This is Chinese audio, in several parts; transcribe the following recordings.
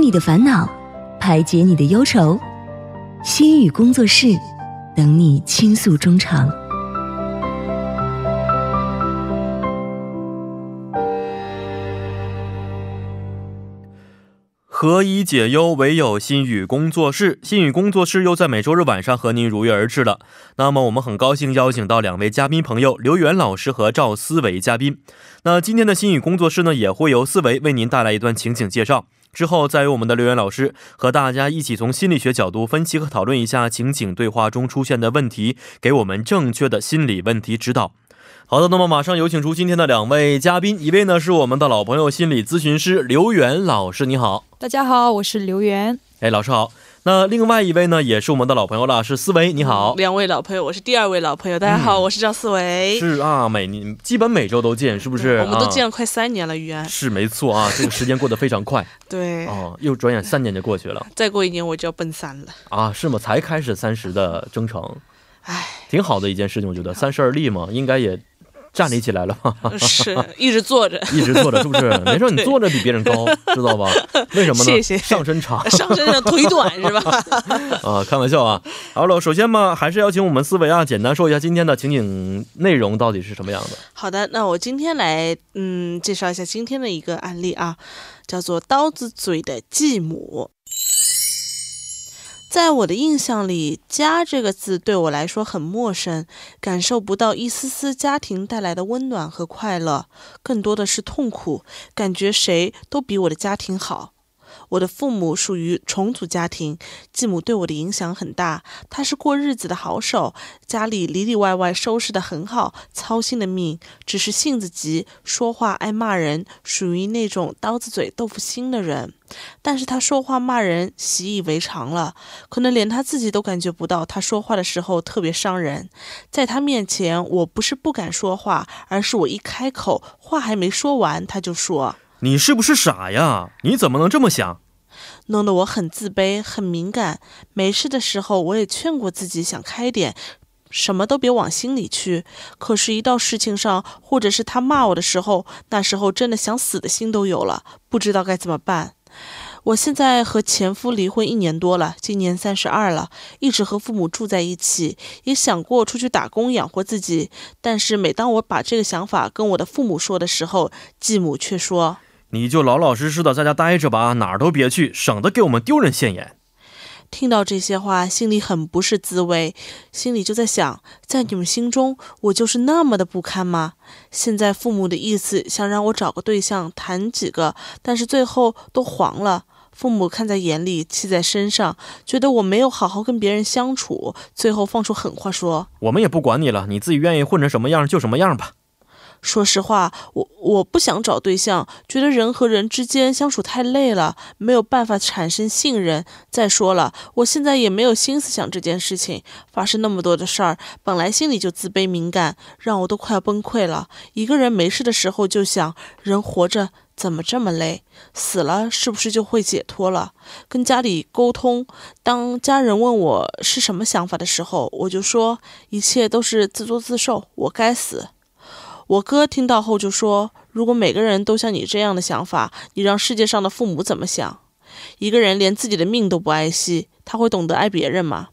你的烦恼，排解你的忧愁。心语工作室，等你倾诉衷肠。何以解忧，唯有心语工作室。心语工作室又在每周日晚上和您如约而至了。那么，我们很高兴邀请到两位嘉宾朋友刘源老师和赵思维嘉宾。那今天的心语工作室呢，也会由思维为您带来一段情景介绍，之后再由我们的刘源老师和大家一起从心理学角度分析和讨论一下情景对话中出现的问题，给我们正确的心理问题指导。好的，那么马上有请出今天的两位嘉宾，一位呢是我们的老朋友心理咨询师刘源老师，你好。大家好，我是刘源。哎，老师好。那另外一位呢，也是我们的老朋友了，是思维，你好。嗯两位老朋友，我是第二位老朋友，大家好，我是赵思维。嗯是啊，每你基本每周都见，是不是？我们都见啊、了快三年了，于安。是没错啊，这个时间过得非常 快对，啊，又转眼三年就过去了再过一年我就要奔三 了。啊，是吗？才开始三十的征程，唉，挺好的一件事情，我觉得三十而立嘛，应该也站立起来了吧， 是一直坐着，一直坐着是不是？ 没事，你对坐着比别人高，知道吧？为什么呢？谢谢上身长。上身上腿短是吧？啊，开玩笑啊！好了，首先嘛，还是邀请我们思维啊，简单说一下今天的情景内容到底是什么样的。好的，那我今天来嗯介绍一下今天的一个案例啊，叫做刀子嘴的继母。在我的印象里，“家”这个字对我来说很陌生，感受不到一丝丝家庭带来的温暖和快乐，更多的是痛苦，感觉谁都比我的家庭好。我的父母属于重组家庭，继母对我的影响很大。她是过日子的好手，家里里里外外收拾得很好，操心的命，只是性子急，说话爱骂人，属于那种刀子嘴豆腐心的人。但是他说话骂人习以为常了，可能连他自己都感觉不到，他说话的时候特别伤人。在他面前，我不是不敢说话，而是我一开口，话还没说完，他就说，你是不是傻呀？你怎么能这么想？弄得我很自卑，很敏感。没事的时候，我也劝过自己想开点，什么都别往心里去。可是，一到事情上，或者是他骂我的时候，那时候真的想死的心都有了，不知道该怎么办。我现在和前夫离婚一年多了，今年三十二了，一直和父母住在一起，也想过出去打工养活自己。但是每当我把这个想法跟我的父母说的时候，继母却说：“你就老老实实的在家待着吧，哪儿都别去，省得给我们丢人现眼。听到这些话，心里很不是滋味，心里就在想，在你们心中，我就是那么的不堪吗？现在父母的意思想让我找个对象谈几个，但是最后都黄了。父母看在眼里，气在身上，觉得我没有好好跟别人相处，最后放出狠话说：“我们也不管你了，你自己愿意混成什么样就什么样吧。说实话，我我不想找对象，觉得人和人之间相处太累了，没有办法产生信任。再说了，我现在也没有心思想这件事情。发生那么多的事儿，本来心里就自卑敏感，让我都快要崩溃了。一个人没事的时候就想，人活着怎么这么累？死了是不是就会解脱了？跟家里沟通，当家人问我是什么想法的时候，我就说一切都是自作自受，我该死。我哥听到后就说：“如果每个人都像你这样的想法，你让世界上的父母怎么想？一个人连自己的命都不爱惜，他会懂得爱别人吗？”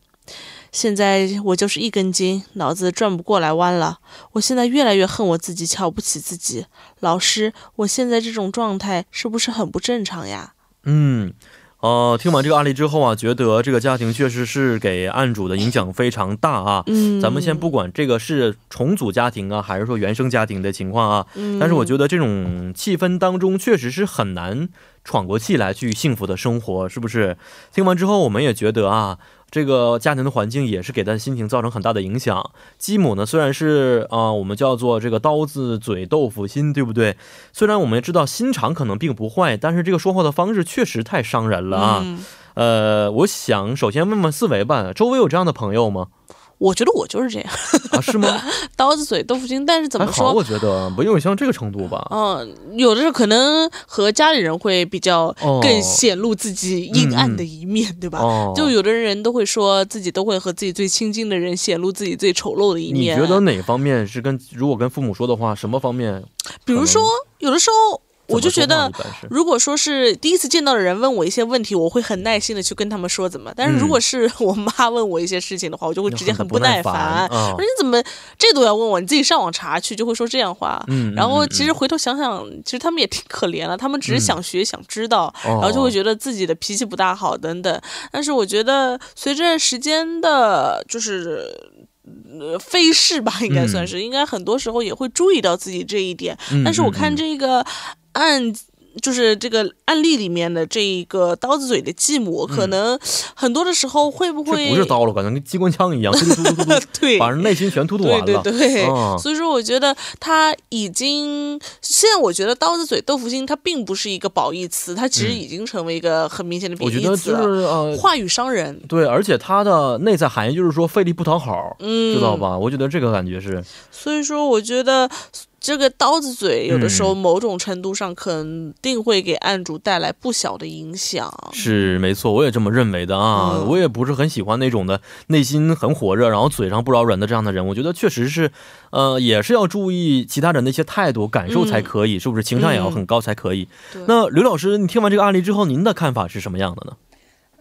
现在我就是一根筋，脑子转不过来弯了。我现在越来越恨我自己，瞧不起自己。老师，我现在这种状态是不是很不正常呀？嗯，呃，听完这个案例之后啊，觉得这个家庭确实是给案主的影响非常大啊。嗯咱们先不管这个是重组家庭啊，还是说原生家庭的情况啊，但嗯是我觉得这种气氛当中确实是很难喘过气来去幸福的生活，是不是？听完之后，我们也觉得啊，这个家庭的环境也是给他心情造成很大的影响。继母呢，虽然是啊、呃我们叫做这个刀子嘴豆腐心，对不对？虽然我们知道心肠可能并不坏，但是这个说话的方式确实太伤人了啊。嗯呃，我想首先问问思维吧，周围有这样的朋友吗？我觉得我就是这样， 啊，是吗？刀子嘴豆腐心。但是怎还么说好，我觉得不用像这个程度吧。嗯，有的时候可能和家里人会比较哦嗯更显露自己阴暗的一面，对吧？哦，就有的人都会说自己都会和自己最亲近的人显露自己最丑陋的一你面。觉得哪方面是跟如果跟父母说的话，什么方面？比如说，有的时候怎么我就说觉话得一般是如果说是第一次见到的人问我一些问题，我会很耐心的去跟他们说怎么。但是如果是我妈问我一些事情的话，我就会直接嗯很不耐耐烦。啊我说你怎么这都要问我？你自己上网查去，就会说这样话。嗯，然后其实嗯回头想想，其实他们也挺可怜了，他们只嗯是想学、想知道，嗯然后就哦会觉得自己的脾气不大好等等。但是我觉得随着时间的，就是。呃，飞逝吧，应该算嗯是，应该很多时候也会注意到自己这一点。嗯但是我看嗯这个案，就是这个案例里面的这一个刀子嘴的继母，可能很多的时候会不嗯这会不嗯是刀了，感觉跟机关枪一样，突突突突突 对把人内心全突突完对了。对对，嗯 所以说我觉得他已经，现在我觉得刀子嘴豆腐心，它并不是一个褒义词，它其实嗯已经成为一个很明显的贬我觉义得词就了，是呃，话语伤人。对，而且它的内在含义就是说费力不讨好，嗯，知道？吧？我觉得这个感觉是，所以说，我觉得这个刀子嘴有的时候嗯某种程度上肯定会给案主带来不小的影响。是没错，我也这么认为的啊。嗯我也不是很喜欢那种的内心很火热，然后嘴上不饶人的这样的人。我觉得确实是，呃，也是要注意其他人的一些态度、感受才可以，是不是？情商也要很高才可以。对那刘老师，你听完这个案例之后，您的看法是什么样的呢？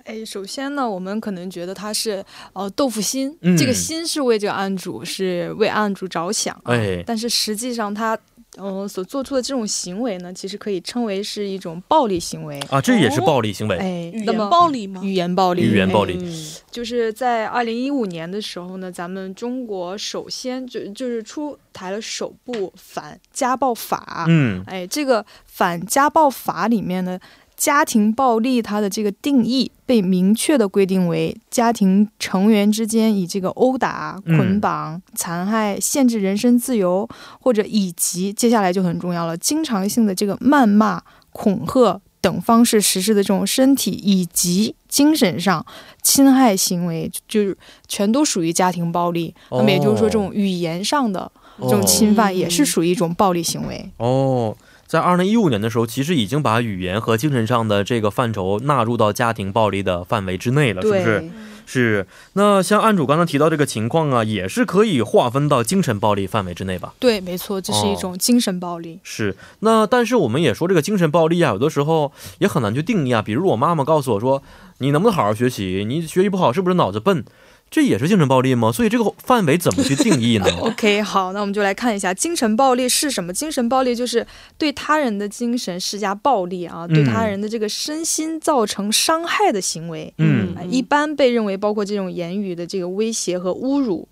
哎，首先呢，我们可能觉得他是呃豆腐心，嗯这个心是为这个案主是为案主着想啊，哎但是实际上他。嗯、所做出的这种行为呢，其实可以称为是一种暴力行为。啊，这也是暴力行为，哎，语那言么暴力吗？语言暴力，哎语言暴力嗯就是在二零一五年的时候呢，咱们中国首先就就是出台了首部反家暴法。嗯哎，这个反家暴法里面呢，家庭暴力它的这个定义被明确的规定为家庭成员之间以这个殴打、嗯捆绑、残害、限制人身自由，或者以及接下来就很重要了，经常性的这个谩骂、恐吓等方式实施的这种身体以及精神上侵害行为，就就是全都属于家庭暴力。那么也就是说，哦这种语言上的这种侵犯也是属于一种暴力行为。哦，在二零一五年的时候，其实已经把语言和精神上的这个范畴纳入到家庭暴力的范围之内了，是不对，是？是。那像案主刚才提到这个情况啊，也是可以划分到精神暴力范围之内吧？对，没错，这是一哦种精神暴力。是。那但是我们也说，这个精神暴力啊，有的时候也很难去定义啊。比如我妈妈告诉我说：“你能不能好好学习？你学习不好是不是脑子笨？”这也是精神暴力吗？所以这个范围怎么去定义呢？ OK，好，那我们就来看一下精神暴力是什么。精神暴力就是对他人的精神施加暴力啊，对他人的这个身心造成伤害的行为，嗯呃一般被认为包括这种言语的这个威胁和侮辱。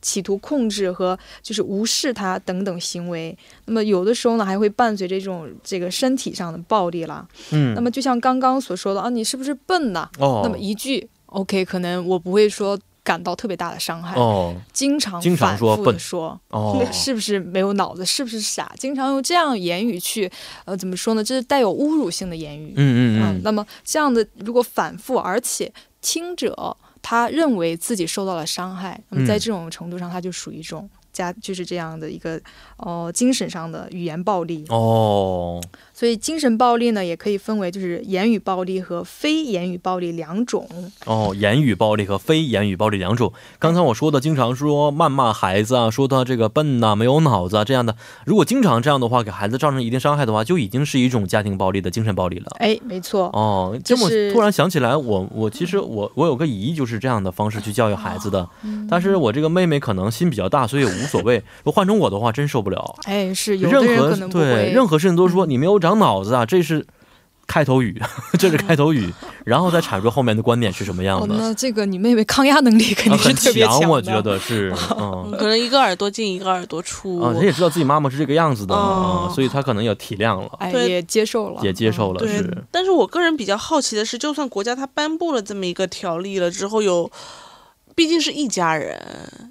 企图控制和就是无视他等等行为，那么有的时候呢还会伴随着这种这个身体上的暴力啦。嗯， 那么就像刚刚所说的啊，你是不是笨呐？哦，那么一句 OK，可能我不会说感到特别大的伤害，哦经常经常反说复笨地说， 哦是不是没有脑子？是不是傻？经常用这样言语去，呃，怎么说呢？这是带有侮辱性的言语。啊嗯嗯嗯，那么这样的如果反复，而且听者他认为自己受到了伤害，那么在嗯这种程度上，他就属于一种加，就是这样的一个呃精神上的语言暴力。哦，所以精神暴力呢，也可以分为就是言语暴力和非言语暴力两种。哦，言语暴力和非言语暴力两种。刚才我说的，经常说谩骂孩子啊，说他这个笨呐、没有脑子啊这样的。如果经常这样的话，给孩子造成一定伤害的话，就已经是一种家庭暴力的精神暴力了。哎，没错。哦，这么就是突然想起来，我我其实我我有个姨就是这样的方式去教育孩子啊的，嗯但是我这个妹妹可能心比较大，所以无所谓。如果换成我的话，真受不了。哎，是有任的人可何能不对会。嗯任何事情都说你没有长脑子啊，这是开头语， 这是开头语，然后再阐述后面的观点是什么样哦，的。那这个你妹妹抗压能力肯啊定很是特别强，的。我觉得是，嗯嗯，可能一个耳朵进一个耳朵出。啊，人也知道自己妈妈是这个样子的，哦嗯，所以她可能也体谅了，哎，对也接受了，也接受了，对是，但是我个人比较好奇的是，就算国家它颁布了这么一个条例了之后有，毕竟是一家人，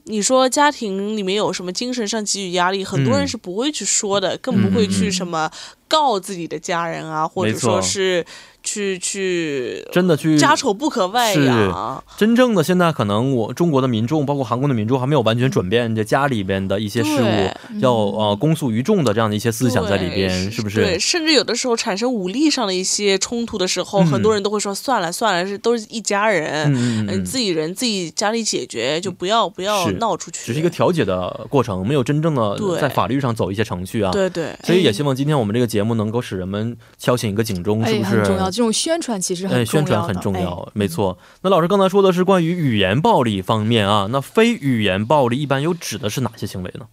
你说家庭里面有什么精神上给予压力，很多嗯人是不会去说的，更不会去什么告自己的家人啊，或没者说错是去去真的去家丑不可外是扬。真正的现在可能我中国的民众，包括韩国的民众，还没有完全转变这家里边的一些事对物，要呃公诉于众的这样的一些思想在里边，对是不对，是？甚至有的时候产生武力上的一些冲突的时候，很多人都会说算了算了，是都是一家人，嗯嗯嗯，嗯，自己人自己家里解决，就不要不要是闹出去，只是一个调解的过程，没有真正的对在法律上走一些程序啊。对对，所以也希望今天我们这个节目能够使人们敲醒一个警钟，哎，是不是？很重要，这种宣传其实很重要哎，的、宣传很重要、哎没错。那老师刚才说的是关于语言暴力方面啊，那非语言暴力一般又指的是哪些行为呢？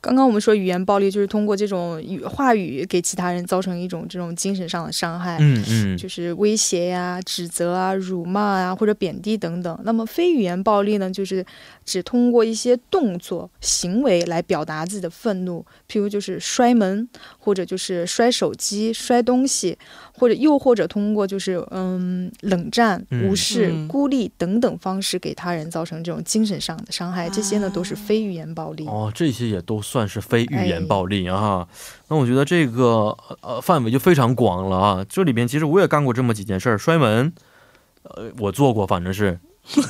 刚刚我们说语言暴力就是通过这种语话语给其他人造成一种这种精神上的伤害。嗯嗯，就是威胁呀、指责啊、辱骂啊或者贬低等等。那么非语言暴力呢，就是只通过一些动作、行为来表达自己的愤怒，譬如就是摔门，或者就是摔手机、摔东西，或者又或者通过就是嗯冷战、嗯无视、嗯孤立等等方式给他人造成这种精神上的伤害。这些呢都是非语言暴力。啊哦，这些也都算是非语哎言暴力啊。那我觉得这个呃范围就非常广了啊。这里边其实我也干过这么几件事儿，摔门，呃，我做过，反正 是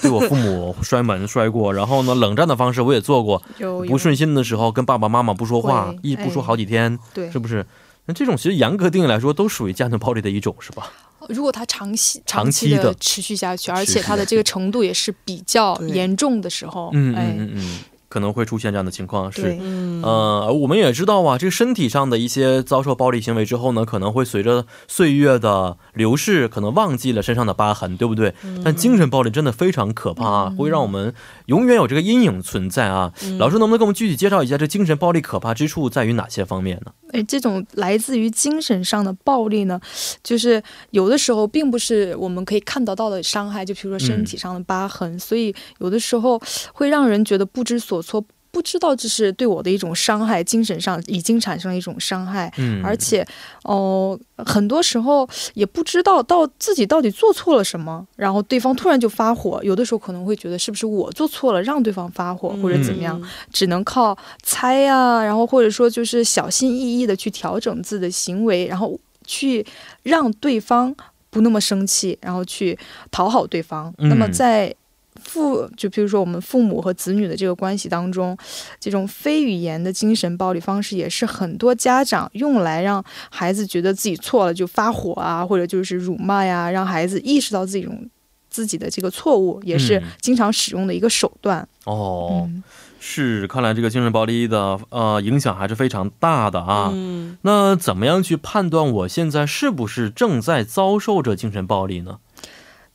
对我父母摔门摔过。然后呢，冷战的方式我也做过，有有不顺心的时候跟爸爸妈妈不说话会，一不说哎好几天，对是，不是？那这种其实严格定义来说，都属于家庭暴力的一种，是吧？如果它长期长期期的的持续下去，而持且续它的下这个程度也是比较对严重的时候，嗯哎嗯，嗯嗯，可能会出现这样的情况是。对，嗯呃，而我们也知道啊，这个身体上的一些遭受暴力行为之后呢，可能会随着岁月的流逝，可能忘记了身上的疤痕，对不对？嗯但精神暴力真的非常可怕啊，会让我们永远有这个阴影存在啊。嗯老师能不能给我们具体介绍一下这精神暴力可怕之处在于哪些方面呢？哎，这种来自于精神上的暴力呢，就是有的时候并不是我们可以看得到的伤害，就比如说身体嗯上的疤痕，所以有的时候会让人觉得不知所措，不知道这是对我的一种伤害，精神上已经产生了一种伤害，嗯，而且哦、很多时候也不知道到自己到底做错了什么，然后对方突然就发火，有的时候可能会觉得是不是我做错了，让对方发火或嗯者怎么样，只能靠猜呀、然后或者说就是小心翼翼的去调整自己的行为，然后去让对方不那么生气，然后去讨好对方。嗯那么在父就比如说我们父母和子女的这个关系当中，这种非语言的精神暴力方式也是很多家长用来让孩子觉得自己错了就发火啊，或者就是辱骂呀、让孩子意识到自己这种自己的这个错误，也是嗯经常使用的一个手段。哦，嗯是，看来这个精神暴力的呃影响还是非常大的啊。嗯那怎么样去判断我现在是不是正在遭受着精神暴力呢？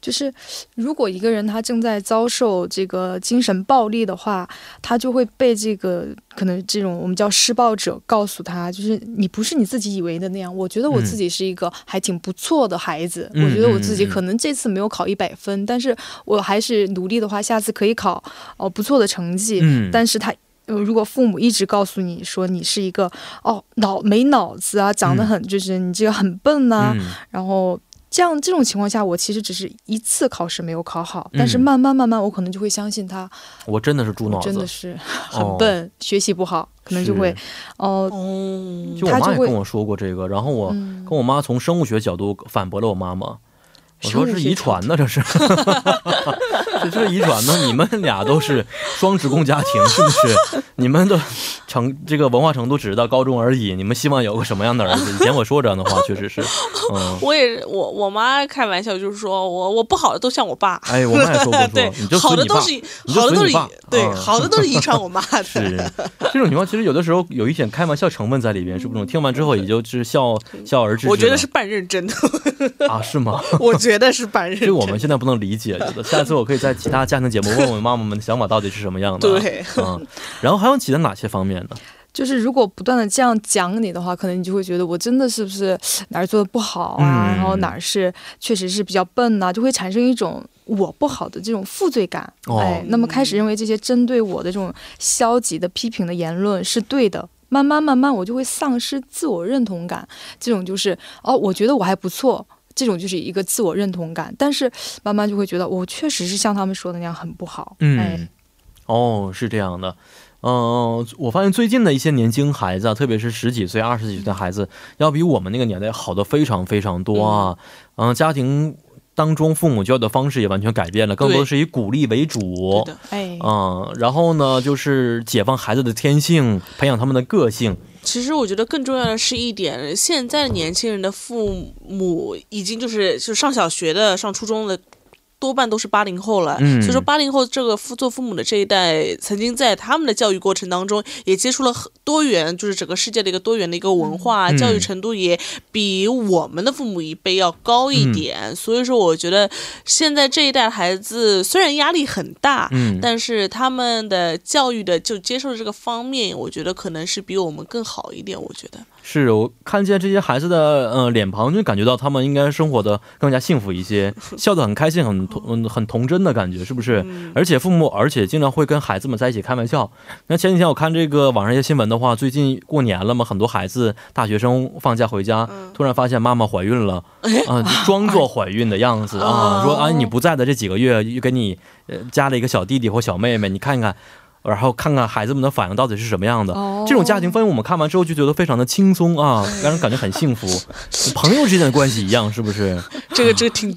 就是如果一个人他正在遭受这个精神暴力的话，他就会被这个可能这种我们叫施暴者告诉他，就是你不是你自己以为的那样。我觉得我嗯自己是一个还挺不错的孩子，嗯我觉得我自己嗯嗯可能这次没有考一百分，但是我还是努力的话，下次可以考哦不错的成绩。嗯，但是他。呃如果父母一直告诉你说你是一个哦脑没脑子啊，长得嗯很、就是你这个很笨呐、嗯然后这样这种情况下，我其实只是一次考试没有考好，嗯但是慢慢慢慢，我可能就会相信他，我真的是猪我脑子，真的是哦很笨，学习不好，可能就会哦、哦就我他妈就也会跟我说过这个，然后我嗯跟我妈从生物学角度反驳了我妈妈，我说生物是学遗传呢，这 是，这是遗传呢，你们俩都是双职工家庭，是不是？ 你们的成这个文化程度只是到高中而已，你们希望有个什么样的儿子？以前我说这样的话，确实是，嗯，我也我我妈开玩笑就是说我我不好的都像我爸，哎，我妈也说 过说 对，你就好随的你都爸。是你就好的都随是你爸对、嗯好的都是遗传我妈 的，是这种情况，其实有的时候有一点开玩笑成分在里边，是不是？听完之后也就是笑笑而置之了。嗯我觉得是半认 真的，啊，是吗？ 我觉得是半认这真个我们现在不能理解，觉得下次我可以在其他家庭节目问问妈妈们的想法到底是什么样的。，对，嗯，然后还有其他哪些方面呢？就是如果不断的这样讲你的话，可能你就会觉得我真的是不是哪儿做的不好啊，嗯然后哪儿是确实是比较笨呐、就会产生一种。我不好的这种负罪感，哦哎，那么开始认为这些针对我的这种消极的批评的言论是对的，慢慢慢慢我就会丧失自我认同感，这种就是哦，我觉得我还不错，这种就是一个自我认同感，但是慢慢就会觉得我确实是像他们说的那样很不好，哎，嗯，哦，是这样的。嗯、我发现最近的一些年轻孩子啊，特别是十几岁、二十几岁的孩嗯子，要比我们那个年代好的非常非常多啊。嗯、家庭当中父母教育的方式也完全改变了，更多的是以鼓励为主对。的，哎，嗯，然后呢，就是解放孩子的天性，培养他们的个性。其实我觉得更重要的是一点，现在年轻人的父母已经就是就上小学的、上初中的。多半都是八零后了，嗯所以说八零后这个父做父母的这一代，曾经在他们的教育过程当中也接触了很多元，就是整个世界的一个多元的一个文化，嗯教育程度也比我们的父母一辈要高一点，嗯所以说我觉得现在这一代孩子虽然压力很大，嗯，但是他们的教育的就接受的这个方面，我觉得可能是比我们更好一点。我 觉得，是我看见这些孩子的呃脸庞，就感觉到他们应该生活的更加幸福一些，笑得很开心，很童嗯很童真的感觉，是不是？嗯而且父母，而且经常会跟孩子们在一起开玩笑。那前几天我看这个网上一些新闻的话，最近过年了嘛，很多孩子大学生放假回家，嗯突然发现妈妈怀孕了，哎啊、装作怀孕的样子哦啊，说啊你不在的这几个月，又给你呃加了一个小弟弟或小妹妹，你看看，然后看看孩子们的反应到底是什么样的。哦这种家庭氛围，我们看完之后就觉得非常的轻松哎啊，让人感觉很幸福，朋友之间的关系一样，是不 哎是？这个这个 挺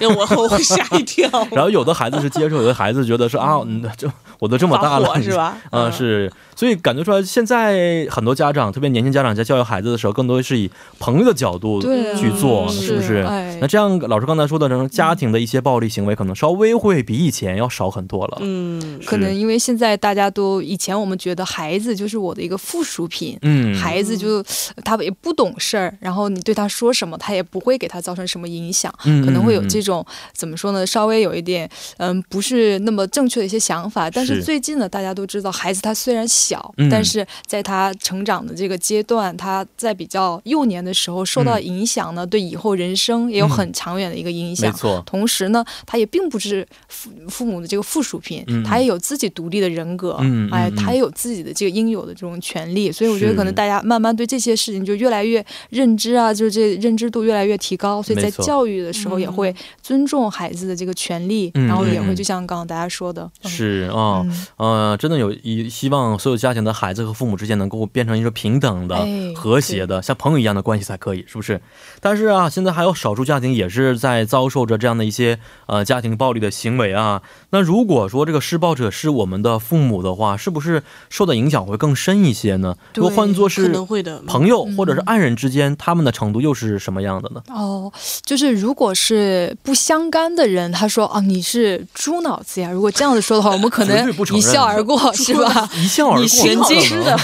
让我我会吓一跳，然后有的孩子是接受，有的孩子觉得是啊，嗯，这我都这么大发火了，是吧？嗯啊，嗯是，所以感觉出来，现在很多家长，特别年轻家长在教育孩子的时候，更多是以朋友的角度对啊去做，嗯是不是？哎那这样，老师刚才说的，这种家庭的一些暴力行为，可能稍微会比以前要少很多了。嗯，可能是，因为现在大家都以前我们觉得孩子就是我的一个附属品，嗯，孩子就他也不懂事儿，然后你对他说什么，他也不会给他造成什么影响，嗯可能会有嗯嗯这种怎么说呢，稍微有一点嗯不是那么正确的一些想法。但是是最近呢，大家都知道，孩子他虽然小，嗯但是在他成长的这个阶段，他在比较幼年的时候受到影响呢，对以后人生也嗯有很长远的一个影没响。错，同时呢，他也并不是父父母的这个附属品，嗯他也有自己独立的人格，嗯嗯哎嗯，他也有自己的这个应有的这种权利，所以我觉得是可能大家慢慢对这些事情就越来越认知啊，就是这认知度越来越提高，所以在没错教育的时候也会尊重孩子的这个权利，嗯然后也嗯嗯会就像刚刚大家说的，嗯、是啊，嗯呃，真的有一希望所有家庭的孩子和父母之间能够变成一个平等的、哎和谐的，像朋友一样的关系才可以，是不是？但是啊，现在还有少数家庭也是在遭受着这样的一些呃家庭暴力的行为啊。那如果说这个施暴者是我们的父母的话，是不是受的影响会更深一些呢？如果对换作可是能会的，嗯朋友或者是爱人之间，他们的程度又是什么样的呢？哦，就是如果是不相干的人，他说啊你是猪脑子呀，如果这样子说的话，我们可绝能对不承一认笑而过，是吧？一笑而过，你神经质的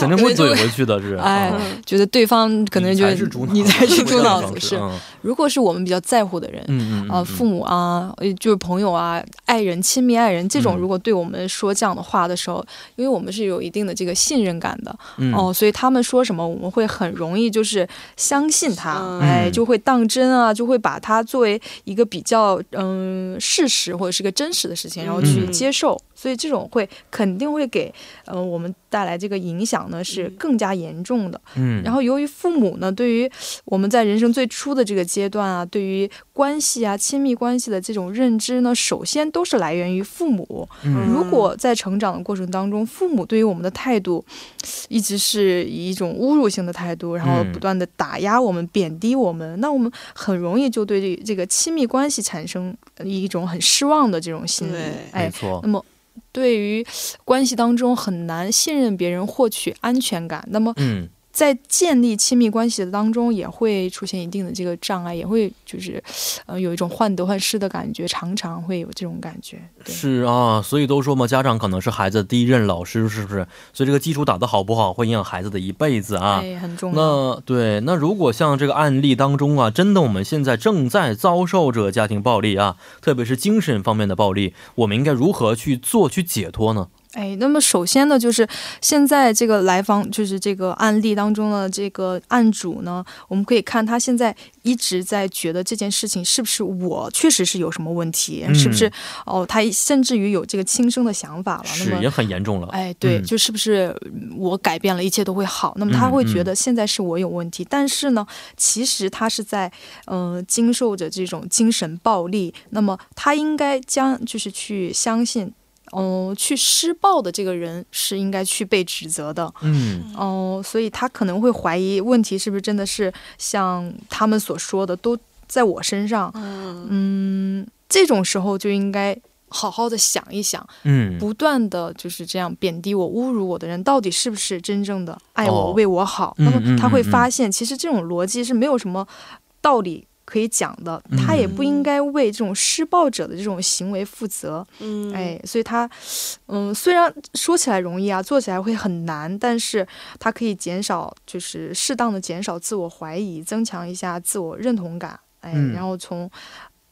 肯定会怼回去的，是。哎啊，觉得对方可能你就才是猪脑子，你才是 会猪这样脑子方式是。嗯如果是我们比较在乎的人。嗯嗯啊，嗯，父母啊，呃就是朋友啊，爱人、亲密爱人这种，嗯如果对我们说这样的话的时候，因为我们是有一定的这个信任感的嗯哦，所以他们说什么，我们会很容易就是相信他嗯，哎，就会当真啊，就会把它作为一个比较嗯事实或者是个真实的事情，然后去嗯接受，所以这种会肯定会给呃我们带来这个影响呢是嗯更加严重的。嗯，然后，由于父母呢，对于我们在人生最初的这个阶段啊，对于关系啊、亲密关系的这种认知呢，首先都是来源于父母。嗯如果在成长的过程当中，父母对于我们的态度一直是以一种侮辱性的态度，然后嗯不断的打压我们、贬低我们，那我们很容易就对这这个亲密关系产生一种很失望的这种心理对。没哎，错，那么，对于关系当中很难信任别人、获取安全感，那么嗯，在建立亲密关系的当中，也会出现一定的这个障碍，也会就是，呃，有一种患得患失的感觉，常常会有这种感觉。对，是啊，所以都说嘛，家长可能是孩子的第一任老师，是不是？所以这个基础打得好不好，会影响孩子的一辈子啊。哎，很重要。那对，那如果像这个案例当中啊，真的我们现在正在遭受着家庭暴力啊，特别是精神方面的暴力，我们应该如何去做去解脱呢？哎，那么首先呢，就是现在这个来访，就是这个案例当中的这个案主呢，我们可以看他现在一直在觉得这件事情是不是我确实是有什么问题，嗯是不是哦，他甚至于有这个轻生的想法了。那是么也很严重了，哎，对，嗯就是不是我改变了，一切都会好？那么他嗯会觉得现在是我有问题，但是呢，其实他是在嗯、呃经受着这种精神暴力，那么他应该将就是去相信。哦、去施暴的这个人是应该去被指责的嗯哦、所以他可能会怀疑问题是不是真的是像他们所说的都在我身上。嗯嗯，这种时候就应该好好的想一想，嗯，不断的就是这样贬低我、侮辱我的人，到底是不是真正的爱我、哦为我好？嗯那么他会发现，其实这种逻辑是没有什么道理可以讲的嗯，他也不应该为这种施暴者的这种行为负责。嗯，哎，所以他，嗯，虽然说起来容易啊，做起来会很难，但是他可以减少，就是适当的减少自我怀疑，增强一下自我认同感。哎，嗯然后从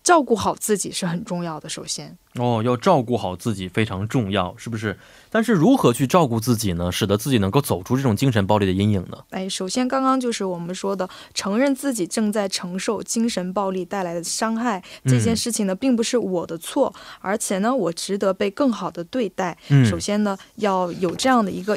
照顾好自己是很重要的，首先。哦，要照顾好自己非常重要，是不是？但是如何去照顾自己呢，使得自己能够走出这种精神暴力的阴影呢？哎，首先，刚刚就是我们说的，承认自己正在承受精神暴力带来的伤害这嗯件事情呢，并不是我的错，而且呢，我值得被更好的对待。嗯，首先呢，要有这样的一个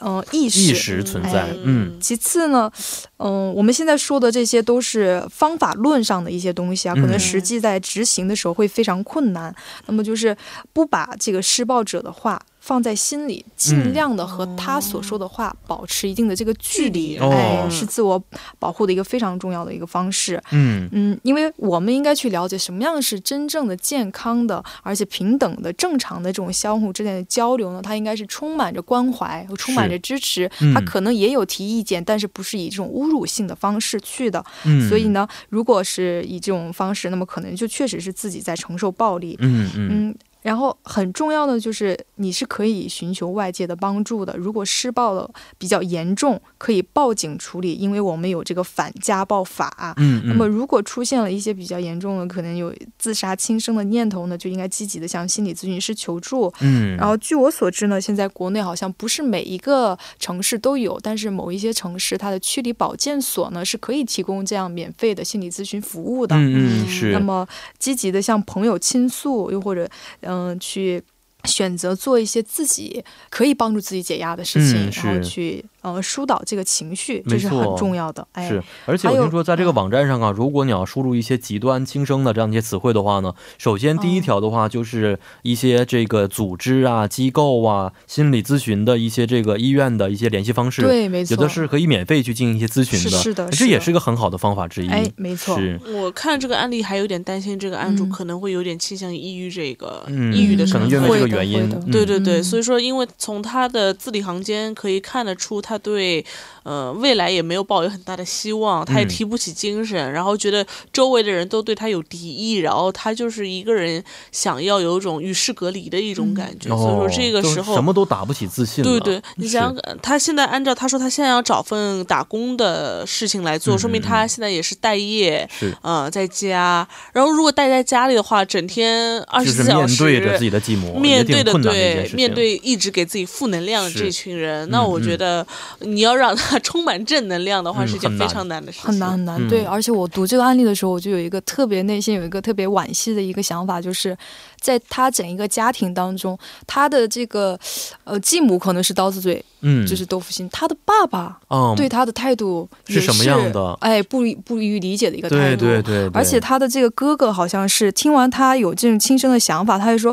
嗯、呃意识。意识存在哎，嗯其次呢，嗯、我们现在说的这些都是方法论上的一些东西啊，可能嗯实际在执行的时候会非常困难。那么就是不把这个施暴者的话放在心里，尽量的和他所说的话保持一定的这个距离，哦哎，是自我保护的一个非常重要的一个方式。嗯嗯，因为我们应该去了解什么样是真正的健康的，而且平等的、正常的这种相互之间的交流呢？它应该是充满着关怀，和充满着支持。嗯它可能也有提意见，但是不是以这种侮辱性的方式去的。嗯，所以，呢，如果是以这种方式，那么可能就确实是自己在承受暴力。嗯嗯嗯，然后很重要的就是你是可以寻求外界的帮助的。如果施暴的比较严重，可以报警处理，因为我们有这个反家暴法。嗯，那么，如果出现了一些比较严重的，可能有自杀轻生的念头呢，就应该积极的向心理咨询师求助。嗯，然后，据我所知呢，现在国内好像不是每一个城市都有，但是某一些城市它的区里保健所呢是可以提供这样免费的心理咨询服务的。嗯嗯是，那么，积极的向朋友倾诉，又或者嗯、去选择做一些自己可以帮助自己解压的事情，嗯然后是去呃疏导这个情绪，没这是很错重要的。哎，是，而且我还有嗯听说在这个网站上啊，如果你要输入一些极端、轻生的这样一些词汇的话呢，首先第哦一条的话就是一些这个组织啊、机构啊、心理咨询的一些这个医院的一些联系方式，对，没错，有的是可以免费去进行一些咨询是的，是的这是也的是个很好的方法之一。哎，没错，是，我看这个案例还有点担心，这个案主嗯可能会有点倾向于抑郁这个、嗯，抑郁的可成能分。因为这会个的原因会的，嗯对对对，嗯所以说，因为从他的字里行间可以看得出，他对呃未来也没有抱有很大的希望，他也嗯提不起精神，然后觉得周围的人都对他有敌意，然后他就是一个人想要有一种与世隔离的一种感觉，哦所以说这个就是时候什么都打不起自信了。对对，你是想想看，他现在按照他说，他现在要找份打工的事情来做，嗯说明嗯他嗯现在也是待业，是呃，在家。然后如果待在家里的话，整天二就十是四小面时对着自己的寂寞，面也对挺的困难的一件对事，情。面对一直给自己负能量的是这群人，那嗯我觉嗯得你要让他 充满正能量的话，嗯是一件很非难常难的事情，很难很难。对，嗯而且我读这个案例的时候，我就有一个特别内心有一个特别惋惜的一个想法，就是在他整一个家庭当中，他的这个呃继母可能是刀子嘴，嗯，就是豆腐心，他的爸爸嗯，对他的态度是也什么样的哎，不予不予理解的一个态对度。对对，而对且他的这个哥哥好像是听完他有这种亲生的想法，他就说：“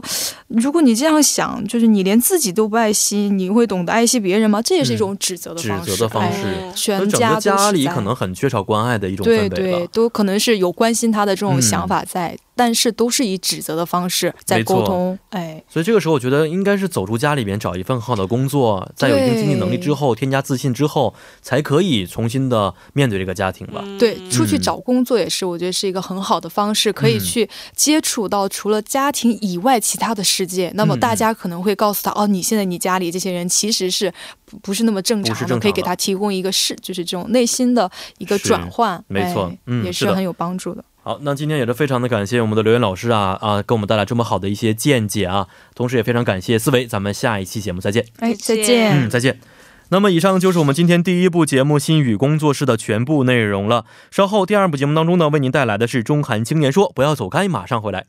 如果你这样想，就是你连自己都不爱惜，你会懂得爱惜别人吗？”这也是一种指责的嗯指方式，责的方哎式，全整个家都家是里在可能很缺少关爱的一种氛围对吧。对，都可能是有关心他的这种嗯想法在，但是都是以指责的方式在没错沟通。哎，所以这个时候，我觉得应该是走出家里边找一份好的工作，在有一定经济能力之后，添加自信之后，才可以重新的面对这个家庭吧。对，出去嗯找工作也是，我觉得是一个很好的方式，可以嗯去接触到除了家庭以外其他的世界。那么嗯大家可能会告诉他，哦，你现在你家里这些人其实是不不是那么正不是常的，正可以常给的他提供一个是，就是这种内心的一个是转换。没错哎嗯也是的很有帮助的。好，那今天也是非常的感谢我们的刘源老师啊啊，给我们带来这么好的一些见解啊，同时也非常感谢思维，咱们下一期节目再见。哎，再再见见。嗯，再见。那么以上就是我们今天第一部节目《心语工作室》的全部内容了。稍后第二部节目当中呢，为您带来的是《中韩青年说》，不要走开，马上回来。